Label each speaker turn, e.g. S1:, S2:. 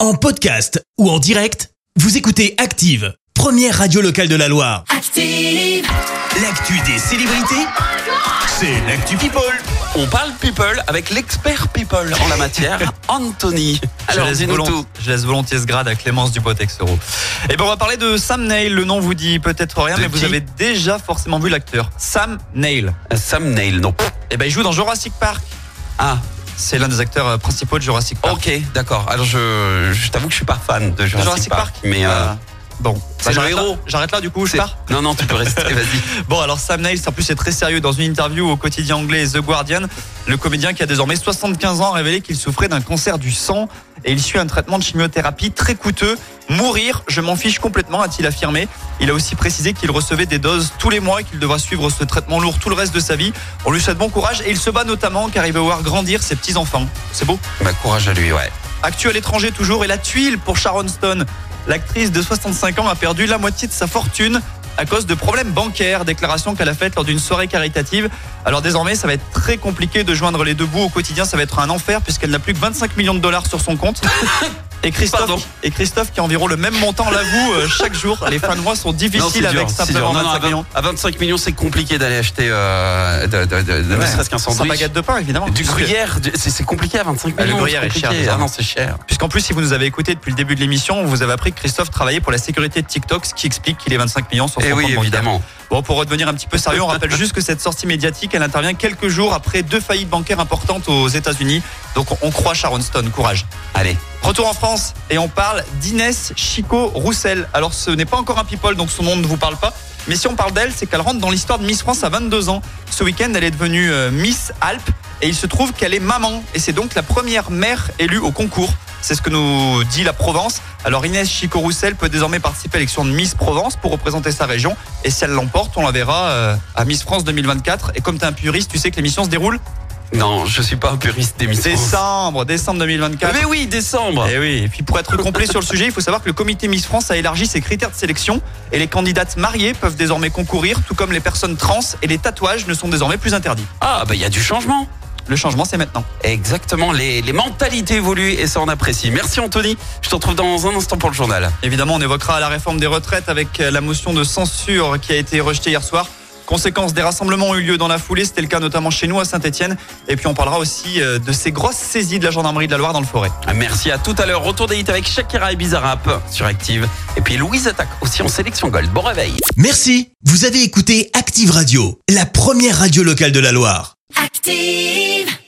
S1: En podcast ou en direct, vous écoutez Active, première radio locale de la Loire.
S2: Active,
S1: L'actu des célébrités, c'est l'actu People.
S3: On parle people avec l'expert people en la matière, Anthony. Alors,
S4: je, laisse
S3: dis-nous
S4: volont-
S3: tout.
S4: je laisse volontiers ce grade à Clémence Dupont-Texero. Et ben on va parler de Sam Neill. Le nom vous dit peut-être rien,
S3: De
S4: mais vous
S3: qui
S4: avez déjà forcément vu l'acteur. Sam Neill.
S3: Sam Neill, non.
S4: Et ben il joue dans Jurassic Park.
S3: Ah,
S4: C'est l'un des acteurs euh, principaux de Jurassic Park.
S3: ok, d'accord. Alors, je, je t'avoue que je suis pas fan de Jurassic,
S4: Jurassic Park.
S3: Mais. euh,
S4: Ah, Bon,
S3: C'est le
S4: j'arrête
S3: héros.
S4: là- J'arrête là du coup, je
S3: c'est-
S4: pars.
S3: Non, non, tu peux rester, vas-y.
S4: Bon, alors Sam Neill, en plus, c'est très sérieux. Dans une interview au quotidien anglais The Guardian, le comédien qui a désormais 75 ans a révélé qu'il souffrait d'un cancer du sang et il suit un traitement de chimiothérapie très coûteux. Mourir, je m'en fiche complètement, a-t-il affirmé. Il a aussi précisé qu'il recevait des doses tous les mois et qu'il devra suivre ce traitement lourd tout le reste de sa vie. On lui souhaite bon courage et il se bat notamment car il veut voir grandir ses petits-enfants. C'est beau.
S3: Bah, courage à lui, ouais.
S4: Actu à l'étranger toujours et la tuile pour Sharon Stone. L'actrice de 65 ans a perdu la moitié de sa fortune à cause de problèmes bancaires, déclaration qu'elle a faite lors d'une soirée caritative. Alors désormais, ça va être très compliqué de joindre les deux bouts au quotidien, ça va être un enfer puisqu'elle n'a plus que 25 millions de dollars sur son compte. Et
S3: Pardon.
S4: Christophe, et Christophe qui a environ le même montant l'avoue euh, chaque jour. Les fins de mois sont
S3: Non, c'est
S4: difficiles
S3: dur,
S4: avec
S3: c'est
S4: simplement
S3: dur. Non, non,
S4: 25
S3: à, vingt-
S4: millions.
S3: à 25 millions, c'est compliqué d'aller acheter euh, de, de, de, de ne
S4: Ouais.
S3: serait-ce qu'un
S4: Sans
S3: sandwich.
S4: baguette de pain évidemment.
S3: Du
S4: Parce que-
S3: gruyère, du- c'est c'est compliqué à 25
S4: Ah, le
S3: millions.
S4: gruyère
S3: c'est
S4: est cher,
S3: compliqué.
S4: déjà.
S3: Ah non, c'est cher.
S4: Puisqu'en plus, si vous nous avez écouté depuis le début de l'émission, vous avez appris que Christophe travaillait pour la sécurité de TikTok, ce qui explique qu'il est 25 millions sur son
S3: Et
S4: compte
S3: Eh oui,
S4: bancaire.
S3: évidemment.
S4: Bon, pour redevenir un petit peu sérieux, on rappelle juste que cette sortie médiatique, elle intervient quelques jours après deux faillites bancaires importantes aux États-Unis. Donc, on- on croit Sharon Stone, courage.
S3: Allez.
S4: Retour en France et on parle d'Inès Chico Roussel. Alors ce n'est pas encore un people donc son nom ne vous parle pas. Mais si on parle d'elle, c'est qu'elle rentre dans l'histoire de Miss France à 22 ans. Ce week-end, elle est devenue euh, Miss Alpes et il se trouve qu'elle est maman. Et c'est donc la première mère élue au concours. C'est ce que nous dit la Provence. Alors Inès Chico Roussel peut désormais participer à l'élection de Miss Provence pour représenter sa région. Et si elle l'emporte, on la verra euh, à Miss France 2024. Et comme tu es un puriste, tu sais que l'émission se déroule
S3: Non, je suis pas un puriste d'émission.
S4: décembre, Eh. décembre 2024.
S3: Mais oui, décembre.
S4: Et oui, et puis pour être complet sur le sujet, il faut savoir que le comité Miss France a élargi ses critères de sélection et les candidates mariées peuvent désormais concourir, tout comme les personnes trans et les tatouages ne sont désormais plus interdits.
S3: Ah, bah, il y a du changement.
S4: Le changement, c'est maintenant.
S3: Exactement, les, les mentalités évoluent et ça on apprécie. Merci Anthony, je te retrouve dans un instant pour le journal.
S4: Évidemment, on évoquera la réforme des retraites avec euh, la motion de censure qui a été rejetée hier soir. Conséquence, des rassemblements ont eu lieu dans la foulée, c'était le cas notamment chez nous à Saint-Etienne. Et puis on parlera aussi euh, de ces grosses saisies de la gendarmerie de la Loire dans le forêt.
S3: Merci à tout à l'heure, retour des hits avec Shakira et Bizarrap sur Active. Et puis Louise attaque aussi en sélection Gold. Bon réveil
S1: Merci, vous avez écouté Active Radio, la première radio locale de la Loire.
S2: active.